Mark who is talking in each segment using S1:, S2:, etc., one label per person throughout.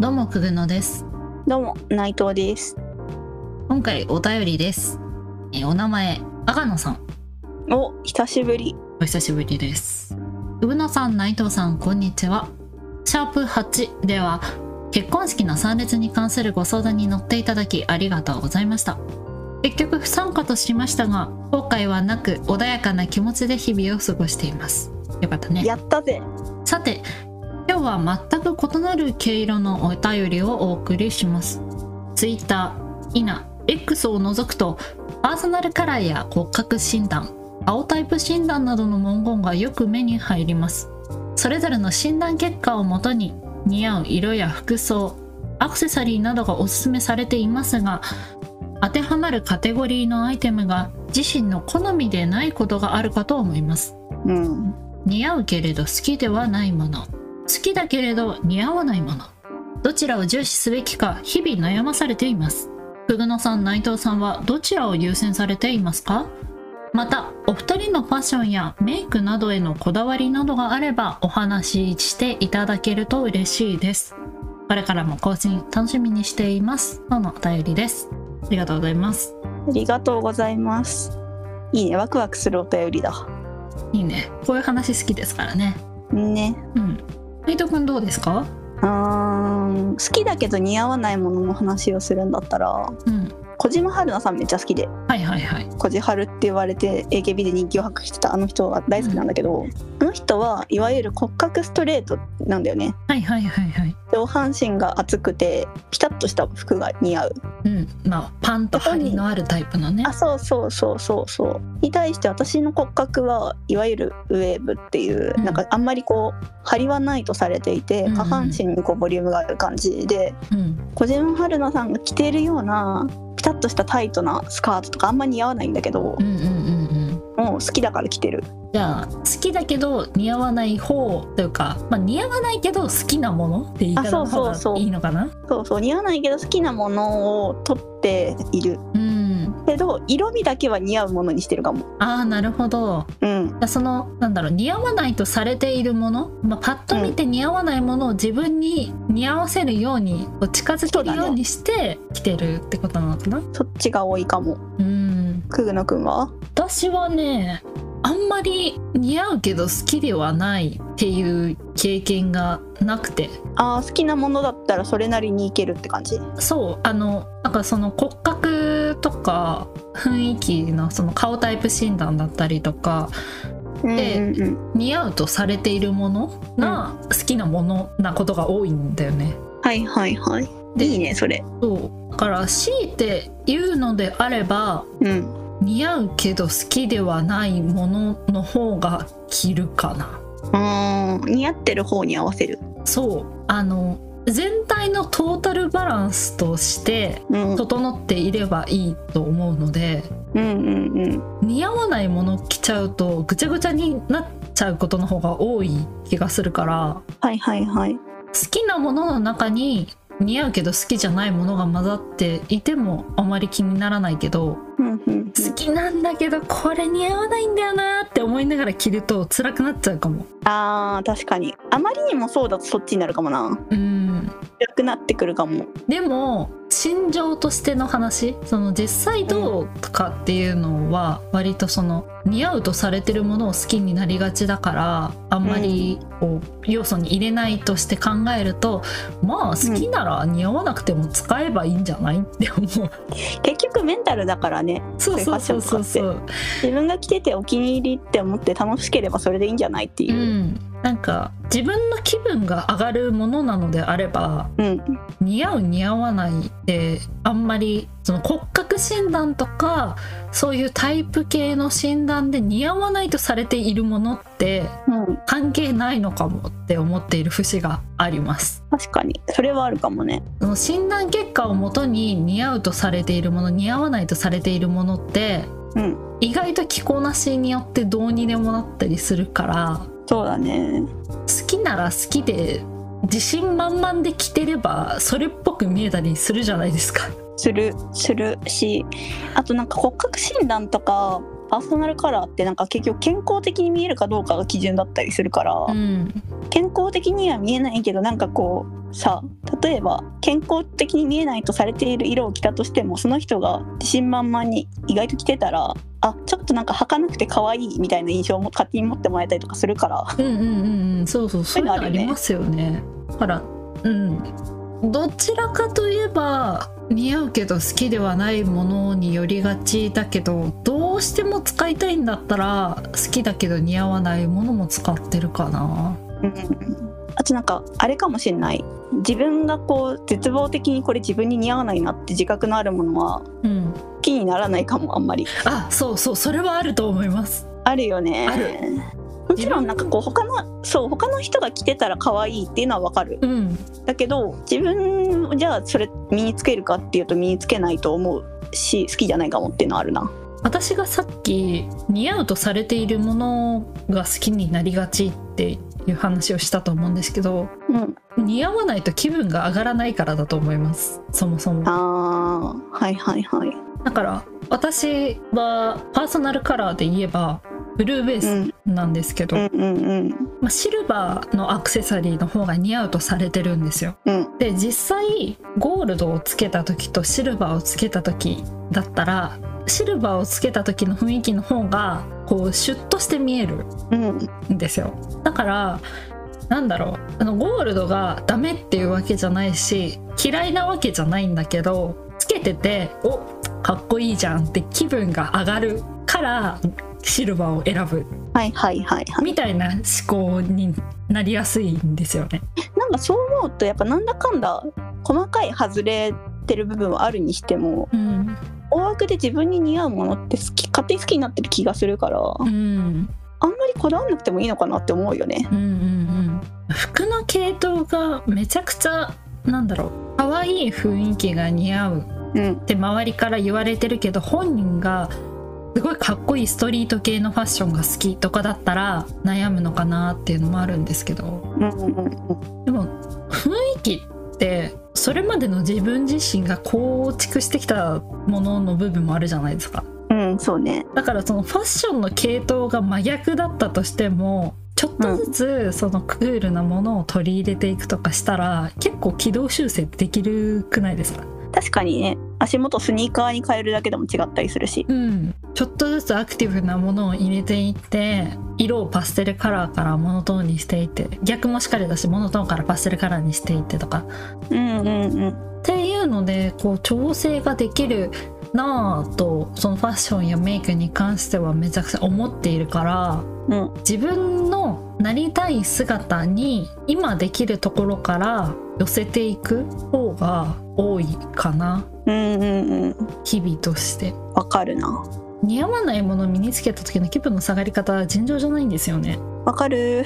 S1: どうもくぐのです
S2: どうも内藤です。
S1: 今回お便りですえーお名前阿賀野さん
S2: お久しぶり。
S1: お久しぶりですくぐのさん内藤さんこんにちはシャープ8では結婚式の参列に関するご相談に乗っていただきありがとうございました結局不参加としましたが後悔はなく穏やかな気持ちで日々を過ごしていますよかったね
S2: やったぜ。
S1: さて今日は全く異なる毛色のお便りをお送りします。Twitter、イナ、X を除くとパーソナルカラーや骨格診断、青タイプ診断などの文言がよく目に入ります。それぞれの診断結果をもとに似合う色や服装、アクセサリーなどがおすすめされていますが当てはまるカテゴリーのアイテムが自身の好みでないことがあるかと思います。
S2: うん。
S1: 似合うけれど好きではないもの好きだけれど似合わないものどちらを重視すべきか日々悩まされていますふぐのさん内藤さんはどちらを優先されていますかまたお二人のファッションやメイクなどへのこだわりなどがあればお話ししていただけると嬉しいですこれからも更新楽しみにしていますとのお便りですありがとうございます
S2: ありがとうございます。いいねワクワクするお便りだ。
S1: いいねこういう話好きですからね
S2: ね。
S1: うん内藤くんどうですか
S2: うーん好きだけど似合わないものの話をするんだったら
S1: うん
S2: 小島春菜さんめっちゃ好きで
S1: はいはいはい
S2: 小島春って言われて AKB で人気を博してたあの人は大好きなんだけど、あの人はいわゆる骨格ストレートなんだよね。
S1: はいはいはいはい。
S2: 上半身が厚くてピタッとした服が似合う。
S1: うん、まあパンと張りのあるタイプのね。
S2: あそうそうそうそうそうに対して私の骨格はいわゆるウェーブっていう、
S1: うん
S2: なんかあんまりこう張りはないとされてい
S1: う
S2: て、
S1: んうん
S2: 下半身にこうボリュームがある感じで
S1: うん、
S2: 小島春菜さんが着ているようなピタッとしたタイトなスカートとかあんま似合わないんだけど
S1: う、んうんうんうん。
S2: もう好きだから着てる
S1: じゃあ好きだけど似合わない方というか、まあ似合わないけど好きなものって言い方の方
S2: あそうそうそ
S1: が
S2: う
S1: いいのかな。
S2: そうそう似合わないけど好きなものを取っている
S1: うん。
S2: けど色味だけは似合うものにしてるかも
S1: ああなるほど。
S2: うん
S1: じゃあそのなんだろう似合わないとされているもの、まあパッと見て似合わないものを自分に似合わせるようにこう近づけるようにして着てるってことなのかな。
S2: そっちが多いかも
S1: うん。
S2: くぐのくんは
S1: 私はねあんまり似合うけど好きではないっていう経験がなくて
S2: あー好きなものだったらそれなりにいけるって感じ
S1: そうあのなんかその骨格とか雰囲気のその顔タイプ診断だったりとかで
S2: うんうんうん
S1: 似合うとされているものが好きなものなことが多いんだよね。
S2: はいはいはい。
S1: で
S2: いいねそれ。
S1: そうだから強いて言うのであれば
S2: うん。
S1: 似合うけど好きではないものの方が着るかな。
S2: うん似合ってる方に合わせる。
S1: そうあの全体のトータルバランスとして
S2: うん。うん
S1: 整っていればいいと思うので
S2: うんうん。
S1: 似合わないもの着ちゃうとぐちゃぐちゃになっちゃうことの方が多い気がするから
S2: はいはいはい。
S1: 好きなものの中に似合うけど好きじゃないものが混ざっていてもあまり気にならないけど
S2: うんうん。
S1: 好きなんだけどこれ似合わないんだよなって思いながら着ると辛くなっちゃうかも。
S2: ああ確かに。あまりにもそうだとそっちになるかもな。
S1: うん
S2: 暗くなってくるかも。
S1: でも心情としての話その実際どうかっていうのは割とその似合うとされてるものを好きになりがちだからあんまりこう要素に入れないとして考えるとまあ好きなら似合わなくても使えばいいんじゃないって思 う。
S2: 結局メンタルだからね。
S1: そうそうそうそうそう。
S2: 自分が着ててお気に入りって思って楽しければそれでいいんじゃないっていうう。
S1: ん、なんか自分の気分が上がるものなのであれば
S2: うん。
S1: 似合う似合わないってあんまりその骨格診断とかそういうタイプ系の診断で似合わないとされているものって
S2: うん。
S1: 関係ないのかもって思っている節があります。
S2: 確かにそれはあるかもね。
S1: その診断結果をもとに似合うとされているもの似合わないとされているものって
S2: うん。
S1: 意外と着こなしによってどうにでもなったりするから
S2: そうだね。
S1: 好きなら好きで自信満々で着てればそれっぽく見えたりするじゃないですか。
S2: するするしあとなんか骨格診断とかパーソナルカラーってなんか結局健康的に見えるかどうかが基準だったりするから、
S1: うん
S2: 健康的には見えないけどなんかこうさ例えば健康的に見えないとされている色を着たとしてもその人が自信満々に意外と着てたらあちょっとなんか儚くて可愛いみたいな印象も勝手に持ってもらえたりとかするから
S1: うんうんうんうんそうそうそういうの
S2: そう
S1: あ
S2: いうのあるよね
S1: りますよねだからうんどちらかといえば似合うけど好きではないものによりがちだけどどうしても使いたいんだったら好きだけど似合わないものも使ってるかな
S2: うんあとなんかあれかもしれない自分がこう絶望的にこれ自分に似合わないなって自覚のあるものは
S1: うん
S2: 好きにならないかもあんまり
S1: あそうそうそれはあると思います
S2: あるよね
S1: ある
S2: もちろんなんかこう他のそう他の人が着てたら可愛いっていうのはわかる
S1: うん
S2: だけど自分じゃあそれ身につけるかっていうと身につけないと思うし好きじゃないかもっていうのはあるな
S1: 私がさっき似合うとされているものが好きになりがちっていう話をしたと思うんですけど
S2: うん
S1: 似合わないと気分が上がらないからだと思いますそもそも
S2: あーはいはいはい
S1: だから私はパーソナルカラーで言えばブルーベ
S2: う
S1: ー
S2: ん
S1: スなんですけど、
S2: うんうんうん
S1: まあ、シルバーのアクセサリーの方が似合うとされてるんですよ
S2: うん
S1: で実際ゴールドをつけた時とシルバーをつけた時だったらシルバーをつけた時の雰囲気の方がこうシュッとして見える
S2: うん
S1: んですよだからなんだろうあのゴールドがダメっていうわけじゃないし嫌いなわけじゃないんだけどつけてておかっこいいじゃんって気分が上がるからシルバーを選ぶ
S2: はいはいはいはい
S1: みたいな思考になりやすいんですよね。
S2: なんかそう思うとやっぱなんだかんだ細かい外れてる部分はあるにしても
S1: うん、
S2: 大枠で自分に似合うものって好き勝手に好きになってる気がするからあん
S1: う
S2: ま
S1: ん
S2: りこだわんなくてもいいのかなって思うよね。
S1: うんうんうん、服の系統がめちゃくちゃなんだろう可愛い雰囲気が似合う
S2: うん
S1: って周りから言われてるけど本人がすごいかっこいいストリート系のファッションが好きとかだったら悩むのかなっていうのもあるんですけど
S2: うんうんうん
S1: でも雰囲気ってそれまでの自分自身が構築してきたものの部分もあるじゃないですか。
S2: うん、うん、そうね。
S1: だからそのファッションの系統が真逆だったとしてもちょっとずつそのクールなものを取り入れていくとかしたら結構軌道修正できるくないですか
S2: 確かにね足元スニーカーに変えるだけでも違ったりするし。
S1: うんちょっとずつアクティブなものを入れていって色をパステルカラーからモノトーンにしていって逆もしかりだしモノトーンからパステルカラーにしていってとか
S2: うんうんうん。
S1: っていうのでこう調整ができるなぁとそのファッションやメイクに関してはめちゃくちゃ思っているから、
S2: うん
S1: 自分のなりたい姿に今できるところから寄せていく方が多いかな
S2: うんうんうん。
S1: 日々として
S2: わかるな。
S1: 似合わないものを身につけた時の気分の下がり方は尋常じゃないんですよね
S2: わかる。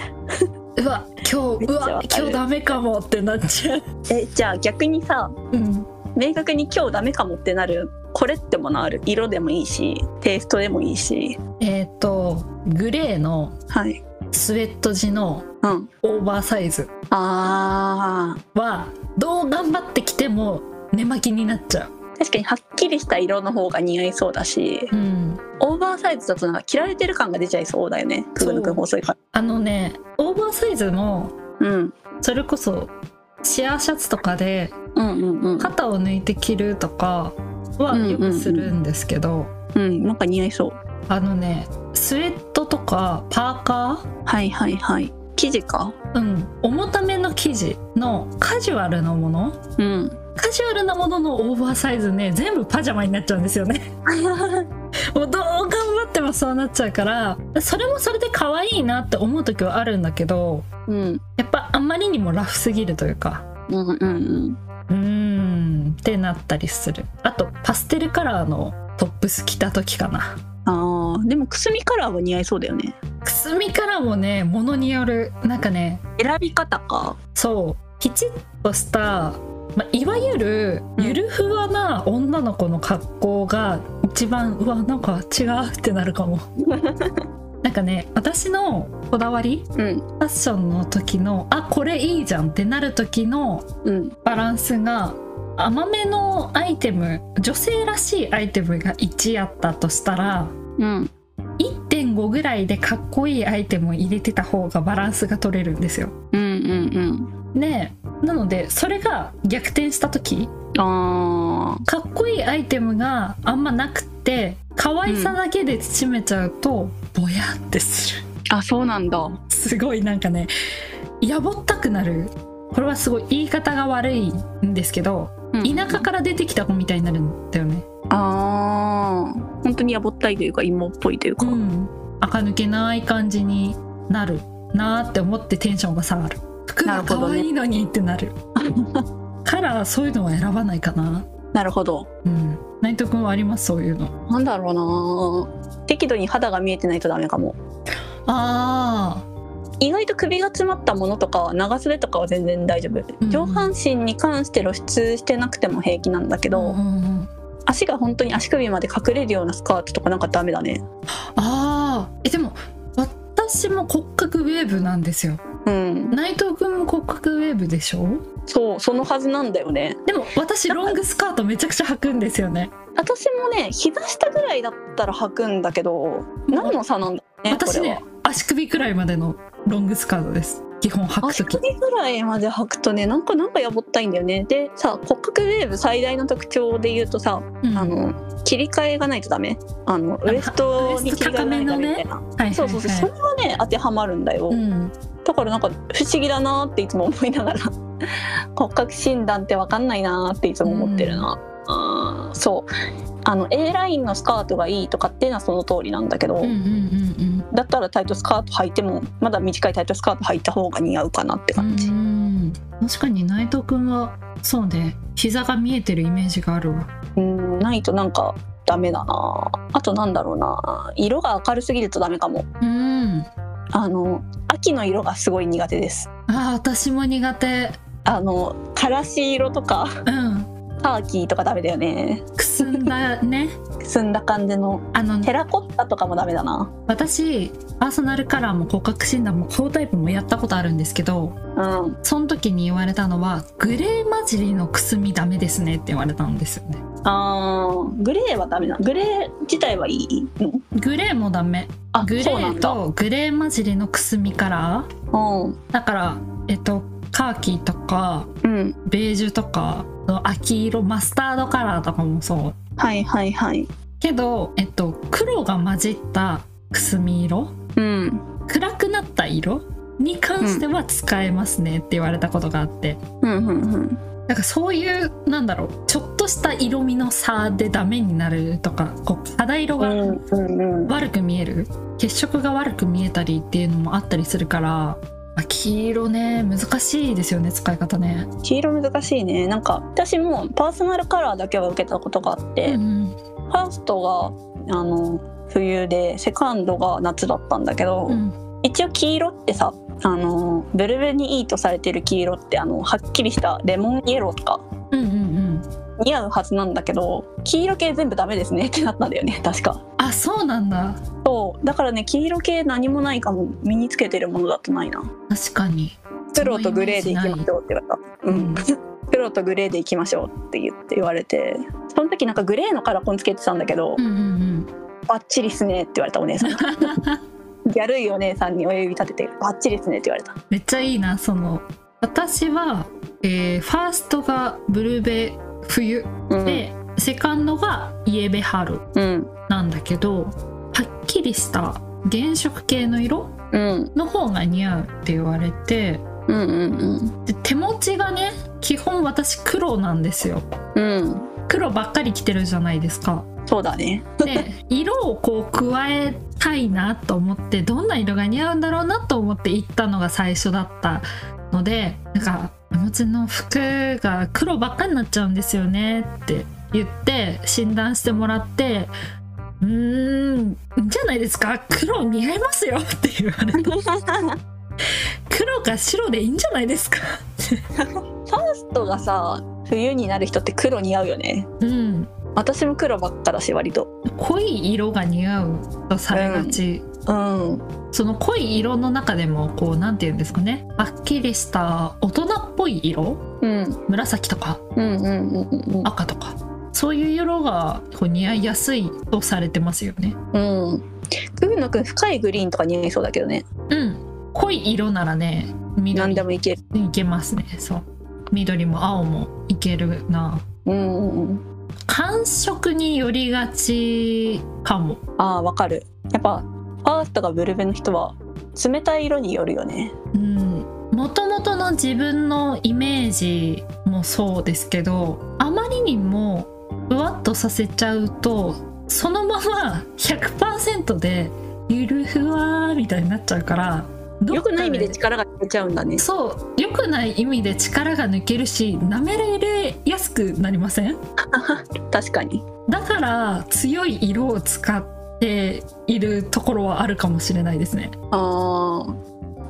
S1: うわ今日
S2: め
S1: う
S2: っちゃわかる
S1: わ今日ダメかもってなっちゃう、
S2: えじゃあ逆にさ
S1: うん、
S2: 明確に今日ダメかもってなるこれってものある色でもいいしテイストでもいいし。
S1: えっ、とグレーの
S2: はい。
S1: スウェット地の
S2: うん。
S1: オーバーサイズ
S2: あ
S1: はどう頑張ってきても寝巻きになっちゃう、
S2: ー確かにはっきりした色の方が似合いそうだし
S1: うん、
S2: オーバーサイズだとなんか着られてる感が出ちゃいそうだよね
S1: そう
S2: 久保君細いか
S1: あのねオーバーサイズも
S2: ら、うん、
S1: それこそシアーシャツとかで
S2: うんうんうん
S1: 肩を抜いて着るとかはよくするんですけど、
S2: うんなんか似合いそう
S1: あのねスウェットとかパーカ
S2: はいはいはい生地か
S1: ーうん重ための生地のカジュアルなもの
S2: うん
S1: カジュアルなもののオーバーサイズね全部パジャマになっちゃうんですよね もうどう頑張ってもそうなっちゃうからそれもそれで可愛いなって思う時はあるんだけど
S2: うん
S1: やっぱあんまりにもラフすぎるというか
S2: うんうんうん
S1: うーんってなったりするあとパステルカラーのトップス着た時かな
S2: あーでもくすみカラーは似合いそうだよね
S1: くすみカラーもねものによるなんかね
S2: 選び方か
S1: そうきちっとした、まあ、いわゆるゆるふわな女の子の格好が一番うわなんか違うってなるかもなんかね私のこだわり
S2: う
S1: フ
S2: ん
S1: ァッションの時のあこれいいじゃんってなる時の
S2: うん
S1: バランスが甘めのアイテム女性らしいアイテムが1あったとしたら
S2: うん
S1: 1.5ぐらいでかっこいいアイテムを入れてた方がバランスが取れるんですよ。
S2: うんうんうん
S1: でなのでそれが逆転した時
S2: あ
S1: かっこいいアイテムがあんまなくて可愛さだけで締めちゃうと、ぼやってする
S2: ーあそうなんだ
S1: すごいなんかねやぼったくなるこれはすごい言い方が悪いんですけど田舎から出てきた子みたいになるんだよね
S2: ああ本当にやぼったいというか芋っぽいというか、
S1: うん垢抜けない感じになるなーって思ってテンションが下がる服が
S2: なるほ
S1: 可
S2: どね
S1: 愛いのにって なるからそういうのは選ばないかな
S2: なるほど
S1: うん内藤君はありますそういうの
S2: なんだろうな適度に肌が見えてないとダメかも
S1: あー
S2: 意外と首が詰まったものとか長袖とかは全然大丈
S1: う
S2: 夫
S1: ん
S2: 上半身に関して露出してなくても平気なんだけ
S1: うんう
S2: ど、
S1: んうん
S2: 足が本当に足首まで隠れるようなスカートとかなんかダメだね
S1: あーえでも私も骨格ウェーブなんですよ
S2: うん
S1: 内藤君も骨格ウェーブでしょ
S2: そうそのはずなんだよね
S1: でも私ロングスカートめちゃくちゃ履くんですよね
S2: 私もね膝下ぐらいだったら履くんだけど何の差なんだろうね
S1: 私ね足首くらいまでのロングスカートです基本履
S2: これは
S1: くと
S2: 足
S1: き
S2: 首ぐらいまで履くとねなんかなんかやぼったいんだよねでさ骨格ウェーブ最大の特徴で言うとさ、
S1: うん
S2: あの切り替えがないとダメあのウエストに切り替えがないとダメみたいな、
S1: はいはいはい
S2: そうそうそうそれはね当てはまるんだよ、
S1: うん、
S2: だからなんか不思議だなっていつも思いながら 骨格診断って分かんないなっていつも思ってるな、あーそうあの A ラインのスカートがいいとかっていうのはその通りなんだけど、
S1: うんうんうん
S2: だったらタイトスカート履いてもまだ短いタイトスカート履いた方が似合うかなって
S1: う
S2: 感じ、
S1: ん確かに内藤君はそうね膝が見えてるイメージがあるわ
S2: うん、ないとなんかダメだなあとなんだろうな色が明るすぎるとダメかも
S1: うん
S2: あの秋の色がすごい苦手です
S1: あー私も苦手
S2: あのからし色とか
S1: うん
S2: カーキーとかダメだよね
S1: くすんだね
S2: くすんだ感じの
S1: あの
S2: テラコッタとかもダメだな
S1: 私パーソナルカラーも骨格診断も顔タイプもやったことあるんですけど
S2: うん
S1: その時に言われたのはグレー混じりのくすみダメですねって言われたんですよね
S2: あーグレーはダメだグレー自体はいいの
S1: グレーもダメ
S2: あ
S1: グレ
S2: そうなん
S1: ー
S2: だ
S1: とグレー混じりのくすみカラー
S2: う
S1: だからえっとカーキーとか
S2: んうん
S1: ベージュとか秋色マスタードカラーとかもそう
S2: はいはいはい
S1: けど、えっと、黒が混じったくすみ色
S2: うん
S1: 暗くなった色に関しては使えますねって言われたことがあって、
S2: うんうんうん
S1: なんかそういうなんだろうちょっとした色味の差でダメになるとかこう肌色
S2: う
S1: が
S2: んうんうん
S1: 悪く見える、血色が悪く見えたりっていうのもあったりするからあ黄色ね難しいですよね使い方ね。
S2: 黄色難しいねなんか私もパーソナルカラーだけは受けたことがあって、
S1: うん
S2: ファーストがあの冬でセカンドが夏だったんだけど、
S1: うん
S2: 一応黄色ってさあのブルベにいいとされてる黄色ってあのはっきりしたレモンイエローとか
S1: うんうんうん
S2: 似合うはずなんだけど黄色系全部ダメですね ってなったんだよね確か
S1: あそうなんだ
S2: そうだからね黄色系何もないかも身につけてるものだとないな
S1: 確かに。
S2: 黒とグレーでいきましょうって言われたうん黒とグレーでいきましょうって言って言われてその時なんかグレーのカラコンつけてたんだけど、
S1: うんうんうん、
S2: バッチリっすねって言われたお姉 さんギャルいお姉さんに親指立ててバッチリっすねって言われた
S1: めっちゃいいなその私は、えーファーストがブルーベ冬
S2: うん
S1: で、セカンドがイエベ春
S2: うん
S1: なんだけどはっきりした原色系の色
S2: うん
S1: の方が似合うって言われて
S2: うんうん
S1: で手持ちがね基本私黒なんですよ
S2: うんうん
S1: 黒ばっかり着てるじゃないですか
S2: そうだね
S1: で色をこう加えたいなと思ってどんな色が似合うんだろうなと思って行ったのが最初だったのでなんか手持ちの服が黒ばっかになっちゃうんですよねって言って診断してもらって「うーんいいんじゃないですか黒似合いますよ」って言われて「黒か白でいいんじゃないですか」って。
S2: 人がさ冬になる人って黒似合うよね
S1: うん
S2: 私も黒ばっかだし割と
S1: 濃い色が似合うとされがち、
S2: うん
S1: その濃い色の中でもこうなんて言うんですかねはっきりした大人っぽい色
S2: うん
S1: 紫とか
S2: うんうんうんうん
S1: 赤とかそういう色がこう似合いやすいとされてますよね
S2: うんうんくぐのくん深いグリーンとか似合いそうだけどね
S1: うん濃い色ならね
S2: 何
S1: 緑
S2: でもいける
S1: いけますねそう緑も青もいけるな
S2: うんうんうん
S1: 寒色によりがちかも
S2: ああわかるやっぱファーストがブルベの人は冷たい色によるよね
S1: もともとの自分のイメージもそうですけどあまりにもふわっとさせちゃうとそのまま100%でゆるふわーみたいになっちゃうから
S2: よくない意味で
S1: 力
S2: 力が出ちゃうんだね
S1: そう良くない意味で力が抜けるしなめられやすくなりません
S2: 確かに
S1: だから強い色を使っているところはあるかもしれないですね
S2: ああ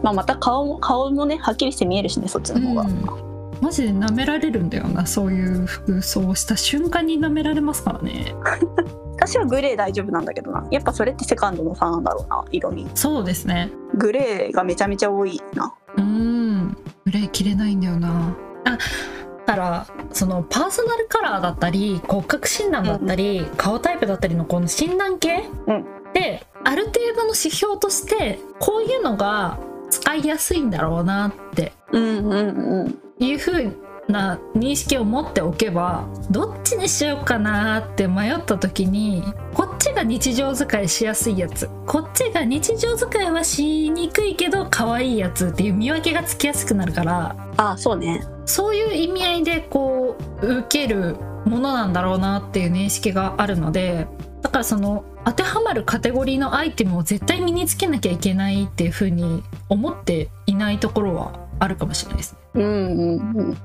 S2: まあまた顔も顔もねはっきりして見えるしねそっちの方が、
S1: うん、マジで舐められるんだよなそういう服装をした瞬間に舐められますからね
S2: 私はグレー大丈夫なんだけどなやっぱそれってセカンドの差なんだろうな色に
S1: そうですね
S2: グレーがめちゃめちゃ多いな
S1: うんグレー着れないんだよなあだからそのパーソナルカラーだったり骨格診断だったり、顔タイプだったりのこの診断系、
S2: うん
S1: である程度の指標としてこういうのが使いやすいんだろうなって
S2: うんうんうん
S1: いう風な認識を持っておけばどっちにしようかなって迷った時にこっちが日常使いしやすいやつこっちが日常使いはしにくいけど可愛いやつっていう見分けがつきやすくなるから
S2: ああそうね
S1: そういう意味合いでこう受けるものなんだろうなっていう認識があるのでだからその当てはまるカテゴリーのアイテムを絶対身につけなきゃいけないっていう風に思っていないところはあるかもしれないですね
S2: うんうんうん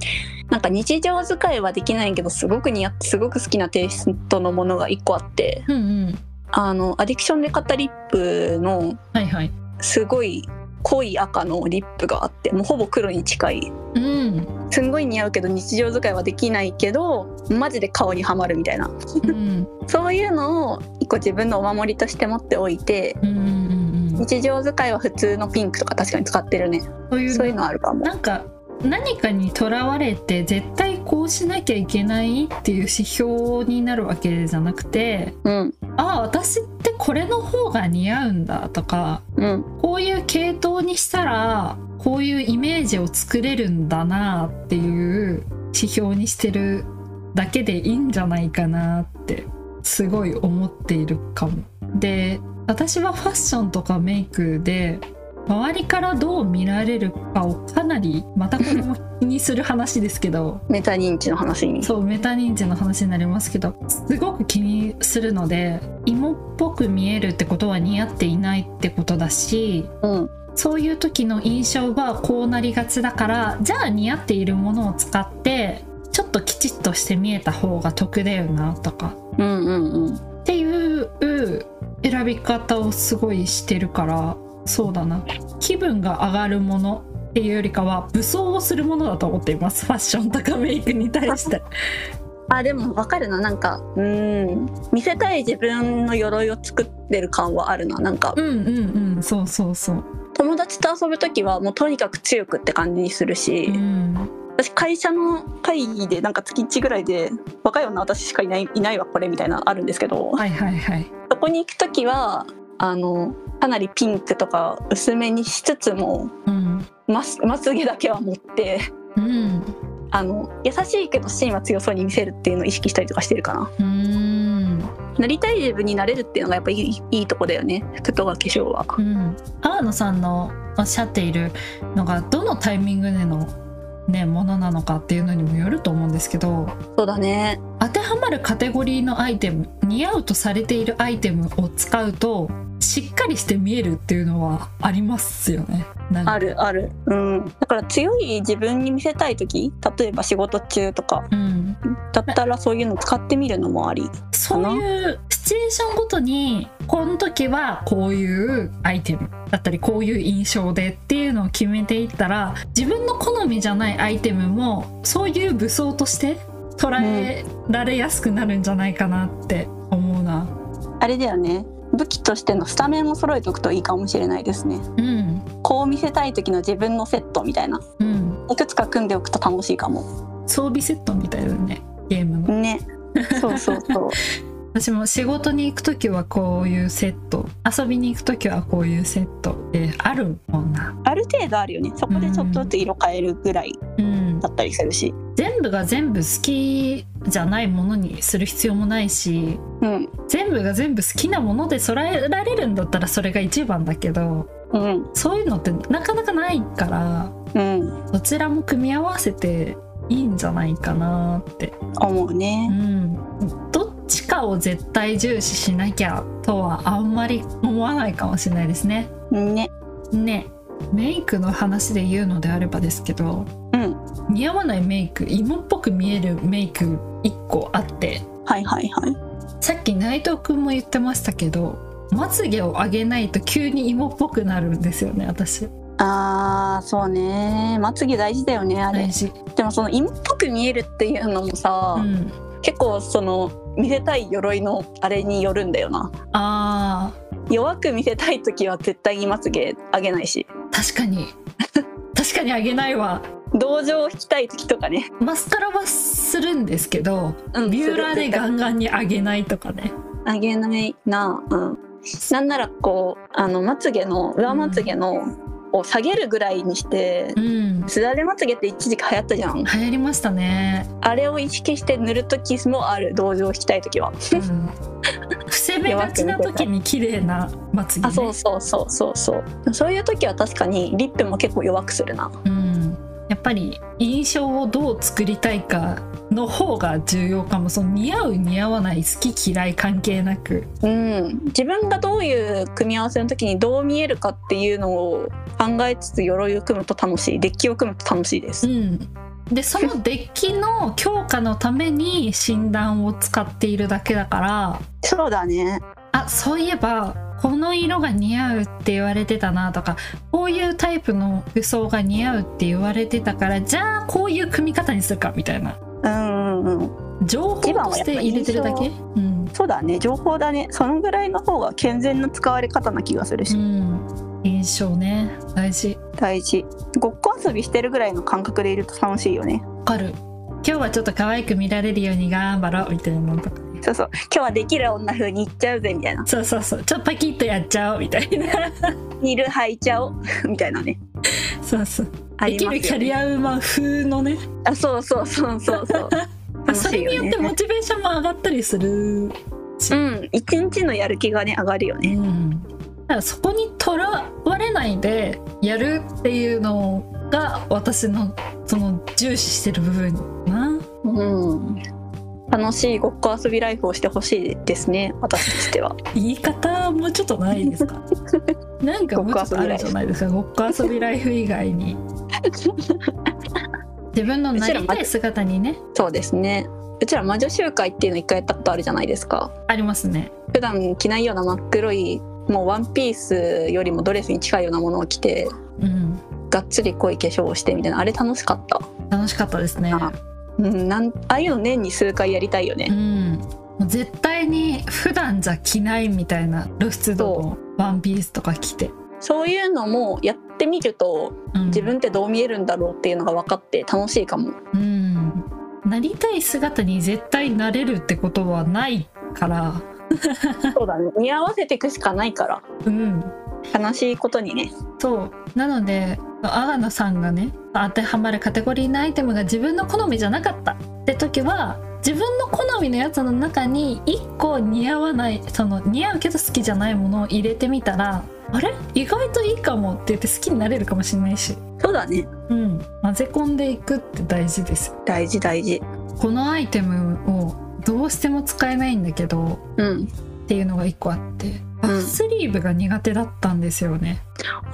S2: なんか日常使いはできないけどすごく似合ってすごく好きなテイストのものが一個あって
S1: うんうん
S2: あのアディクションで買ったリップの
S1: はいはい
S2: すごい濃い赤のリップがあってもうほぼ黒に近い
S1: うん、
S2: すんごい似合うけど日常使いはできないけどマジで顔にはまるみたいな
S1: うん、
S2: そういうのを一個自分のお守りとして持っておいて
S1: うんうんうんうん
S2: 日常使いは普通のピンクとか確かに使ってるね
S1: そういう
S2: そういうのあるかも
S1: なんか何かにとらわれて絶対こうしなきゃいけないっていう指標になるわけじゃなくて
S2: うん
S1: ああ私ってこれの方が似合うんだとか
S2: うん
S1: こういう系統にしたらこういうイメージを作れるんだなっていう指標にしてるだけでいいんじゃないかなってすごい思っているかも。で私はファッションとかメイクで周りからどう見られるかをかなりまたこれも気にする話ですけど
S2: メタ認知の話に
S1: そうメタ認知の話になりますけどすごく気にするので芋っぽく見えるってことは似合っていないってことだし
S2: うん
S1: そういう時の印象がこうなりがちだからじゃあ似合っているものを使ってちょっときちっとして見えた方が得だよなとか
S2: うんうんうん
S1: っていう選び方をすごいしてるからそうだな気分が上がるものっていうよりかは武装をするものだと思っていますファッションとかメイクに対して。
S2: あでもわかるななんかうん見せたい自分の鎧を作ってる感はあるななんか
S1: うんうんうんそうそうそう。
S2: 友達と遊ぶ時はもうとにかく強くって感じにするし
S1: うん、
S2: 私会社の会議でなんか月1ぐらいで若い女私しかいないいないわこれみたいなのあるんですけど
S1: はいはいはい。
S2: そこに行く時はあのかなりピンクとか薄めにしつつも
S1: うん
S2: まつまつげだけは持って
S1: うん
S2: あの優しいけど芯は強そうに見せるっていうのを意識したりとかしてるかな
S1: うん
S2: なりたい自分になれるっていうのがやっぱいいいいとこだよね服とか化粧は
S1: うん、阿野さんのおっしゃっているのがどのタイミングでの、ね、ものなのかっていうのにもよると思うんですけど
S2: そうだね
S1: 当てはまるカテゴリーのアイテム似合うとされているアイテムを使うとしっかりして見えるっていうのはありますよね。なんか
S2: あるあるうんだから強い自分に見せたい時例えば仕事中とか
S1: うん、
S2: だったらそういうの使ってみるのもあり
S1: そういうシチュエーションごとにこの時はこういうアイテムだったりこういう印象でっていうのを決めていったら自分の好みじゃないアイテムもそういう武装として捉えられやすくなるんじゃないかなって思うな。
S2: あれだよね武器としてのスタメンも揃えておくといいかもしれないですね
S1: うん、
S2: こう見せたい時の自分のセットみたいな
S1: うん、
S2: いくつか組んでおくと楽しいかも
S1: 装備セットみたいだねゲームの。
S2: ねそうそうそう
S1: 私も仕事に行く時はこういうセット遊びに行く時はこういうセットってあるもんな。
S2: ある程度あるよねそこでちょっとずつ色変えるぐらい
S1: うんうん
S2: だったりするし、
S1: 全部が全部好きじゃないものにする必要もないし
S2: うん
S1: 全部が全部好きなもので揃えられるんだったらそれが一番だけど
S2: うん
S1: そういうのってなかなかないから
S2: うん、
S1: どちらも組み合わせていいんじゃないかなって、
S2: 思う
S1: う
S2: ね。
S1: ん、どっちかを絶対重視しなきゃとはあんまり思わないかもしれないですね。
S2: ね、
S1: ねメイクの話で言うのであればですけど
S2: うん、
S1: 似合わないメイク芋っぽく見えるメイク1個あって
S2: はいはいはい。
S1: さっき内藤くんも言ってましたけどまつげを上げないと急に芋っぽくなるんですよね私
S2: あーそうねまつげ大事だよねあれ、
S1: 大事
S2: でもその芋っぽく見えるっていうのもさ、
S1: うん
S2: 結構その見せたい鎧のあれによるんだよな
S1: あ
S2: 弱く見せたい時は絶対にまつげ上げないし
S1: ー確かに 確かに上げないわ
S2: 同情を引きたい時とかね、
S1: マスカラはするんですけど
S2: うん、
S1: ビューラーでガ
S2: ン
S1: ンガンに上げないとかね
S2: 上げないなうんなんならこうあのまつげの上まつげのを下げるぐらいにして
S1: う、ん
S2: すだれまつげって一時期流行ったじゃ
S1: 流
S2: ん
S1: 行りましたね、
S2: あれを意識して塗る時もある同情を引きたい時は
S1: うん、 伏せ目がちな時に綺麗なまつげ、ね、
S2: あそうそうそうそうそうそういう時は確かにリップも結構弱くするな
S1: うん、やっぱり印象をどう作りたいかの方が重要かもその似合う似合わない好き嫌い関係なく
S2: うん自分がどういう組み合わせの時にどう見えるかっていうのを考えつつ鎧を組むと楽しいデッキを組むと楽しいで
S1: う
S2: す
S1: んでそのデッキの強化のために診断を使っているだけだから
S2: そうだね
S1: あそういえばこの色が似合うって言われてたなとかこういうタイプの服装が似合うって言われてたからじゃあこういう組み方にするかみたいな
S2: うんうんうん
S1: 情報として入れてるだけ、うん、
S2: そうだね情報だねそのぐらいの方が健全な使われ方な気がするし、
S1: うん、印象ね大事
S2: 大事ごっこ遊びしてるぐらいの感覚でいると楽しいよね
S1: わかる今日はちょっと可愛く見られるように頑張ろうみたいなのとかね
S2: そうそう今日はできる女風にいっちゃうぜみたいな
S1: そうそうそうちょっとパキッとやっちゃおうみたいな
S2: ニール履いちゃおう みたいなね
S1: そうそう
S2: あ
S1: で
S2: り
S1: き
S2: ますよね
S1: るキャリアウーマン風のね
S2: あそうそうそうそうそう 楽
S1: そ
S2: し
S1: れ
S2: い
S1: に
S2: よ
S1: よ
S2: ね
S1: ってモチベーションも上がったりする
S2: うん一日のやる気がね上がるよね
S1: うんだからそこにとらわれないでやるっていうのが私のその重視してる部分かな
S2: うん楽しいごっこ遊びライフをしてほしいですね私としては
S1: 言い方もうちょっとないです かなんかもうちょっとあるじゃないですかごっこ遊びライフ以外 に自分のなりたい姿にね
S2: そうですねうちら魔女集会っていうの一回やったことあるじゃないですか
S1: ありますね
S2: 普段着ないような真っ黒いもうワンピースよりもドレスに近いようなものを着て
S1: うん
S2: がっつり濃い化粧をしてみたいなあれ楽しかった、
S1: 楽しかったですね
S2: あうん、なんああいうの年に数回やりたいよ
S1: う
S2: ね
S1: んもう絶対に普段じゃ着ないみたいな露出度のワンピースとか着て、
S2: そういうのもやってみると
S1: うん、
S2: 自分ってどう見えるんだろうっていうのが分かって楽しいか も
S1: うんなりたい姿に絶対なれるってことはないから
S2: そうだね似合わせていくしかないから
S1: うん
S2: 悲しいことにね
S1: そうなので阿野さんがね当てはまるカテゴリーのアイテムが自分の好みじゃなかったって時は自分の好みのやつの中に1個似合わないその似合うけど好きじゃないものを入れてみたらあれ意外といいかもって言って好きになれるかもしれないし、
S2: そうだね
S1: うん、混ぜ込んでいくって大事ですよ
S2: 大事大事
S1: このアイテムをどうしても使えないんだけど
S2: うん
S1: っていうのが1個あってバススリーブが苦手だったんですよね。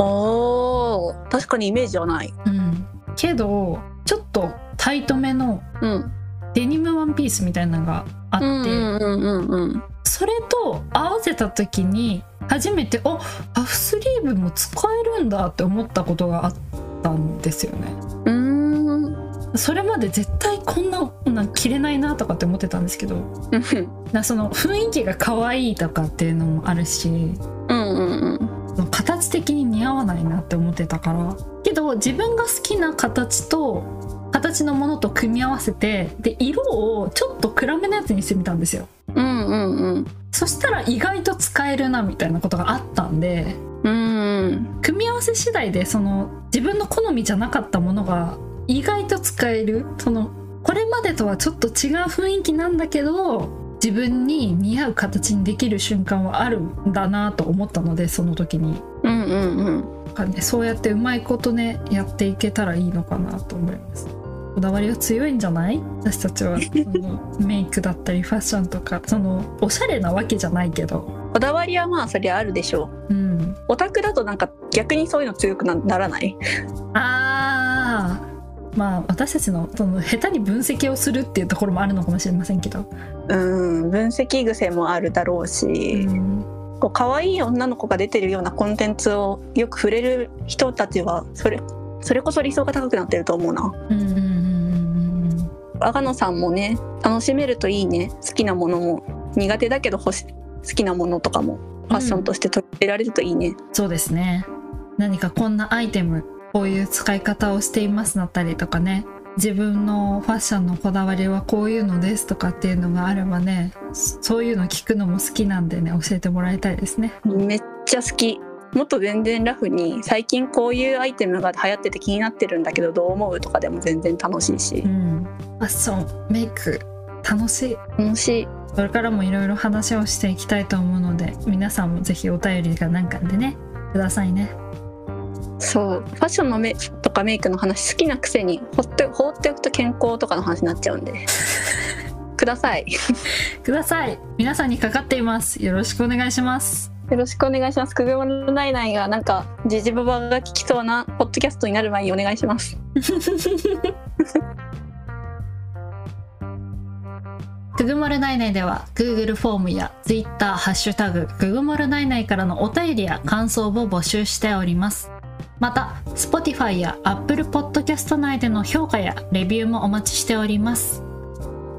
S2: おー確かにイメージはない
S1: うん、けどちょっとタイトめの
S2: うん
S1: デニムワンピースみたいなのがあって、
S2: うんうんうんうん
S1: それと合わせた時に初めておパフスリーブも使えるんだって思ったことがあったんですよね。
S2: うんう
S1: それまで絶対こんなこんなん着れないなとかって思ってたんですけど
S2: ーん
S1: なその雰囲気が可愛いとかっていうのもあるし
S2: うんうんうん
S1: 形的に似合わないなって思ってたからけど自分が好きな形と形のものと組み合わせてで色をちょっと暗めのやつにしてみたんですよ
S2: うんうんうん
S1: そしたら意外と使えるなみたいなことがあったんで
S2: うん
S1: 組み合わせ次第でその自分の好みじゃなかったものが意外と使えるそのこれまでとはちょっと違う雰囲気なんだけど自分に似合う形にできる瞬間はあるんだなと思ったのでその時に
S2: うんうんうん
S1: なんかねそうやってうまいことねやっていけたらいいのかなと思いますこだわりは強いんじゃない私たちはそのメイクだったりファッションとかそのおしゃれなわけじゃないけど
S2: こだわりはまあそりゃあるでしょ
S1: う
S2: う
S1: ん
S2: オタクだとなんか逆にそういうの強くなならない
S1: あーまあ私たちのその下手に分析をするっていうところもあるのかもしれませんけど、
S2: うん分析癖もあるだろう
S1: う
S2: し、
S1: ん、
S2: こう可愛い女の子が出てるようなコンテンツをよく触れる人たちはそれそれこそ理想が高くなってると思うな
S1: うんうんうんうんうん
S2: 阿賀野さんもね楽しめるといいね好きなものも苦手だけど欲し好きなものとかもファッションとして取り入れられるといいね、
S1: そうですね何かこんなアイテムこういう使い方をしていますだったりとかね自分のファッションのこだわりはこういうのですとかっていうのがあればねそそういうの聞くのも好きなんでね教えてもらいたいですね
S2: めっちゃ好きもっと全然ラフに最近こういうアイテムが流行ってて気になってるんだけどどう思うとかでも全然楽しいし
S1: うんファッションメイク楽しい
S2: 楽しい
S1: これからもいろいろ話をしていきたいと思うので皆さんもぜひお便りかなんかでねくださいね
S2: そうファッションのメとかメイクの話好きなくせに放って放っておくと健康とかの話になっちゃうんでください
S1: ください皆さんにかかっていますよろしくお願いします
S2: よろしくお願いしますくぐものないないがなんかジジババが聞きそうなポッドキャストになる前にお願いします
S1: くぐもるナイナイでは Google フォームや Twitter ハッシュタグくぐもるナイナイからのお便りや感想を募集しておりますまた Spotify や Apple Podcast 内での評価やレビューもお待ちしております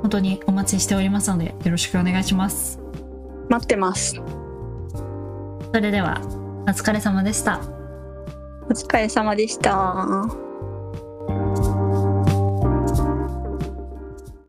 S1: 本当にお待ちしておりますのでよろしくお願いします
S2: 待ってます
S1: それではお疲れ様でした
S2: お疲れ様でした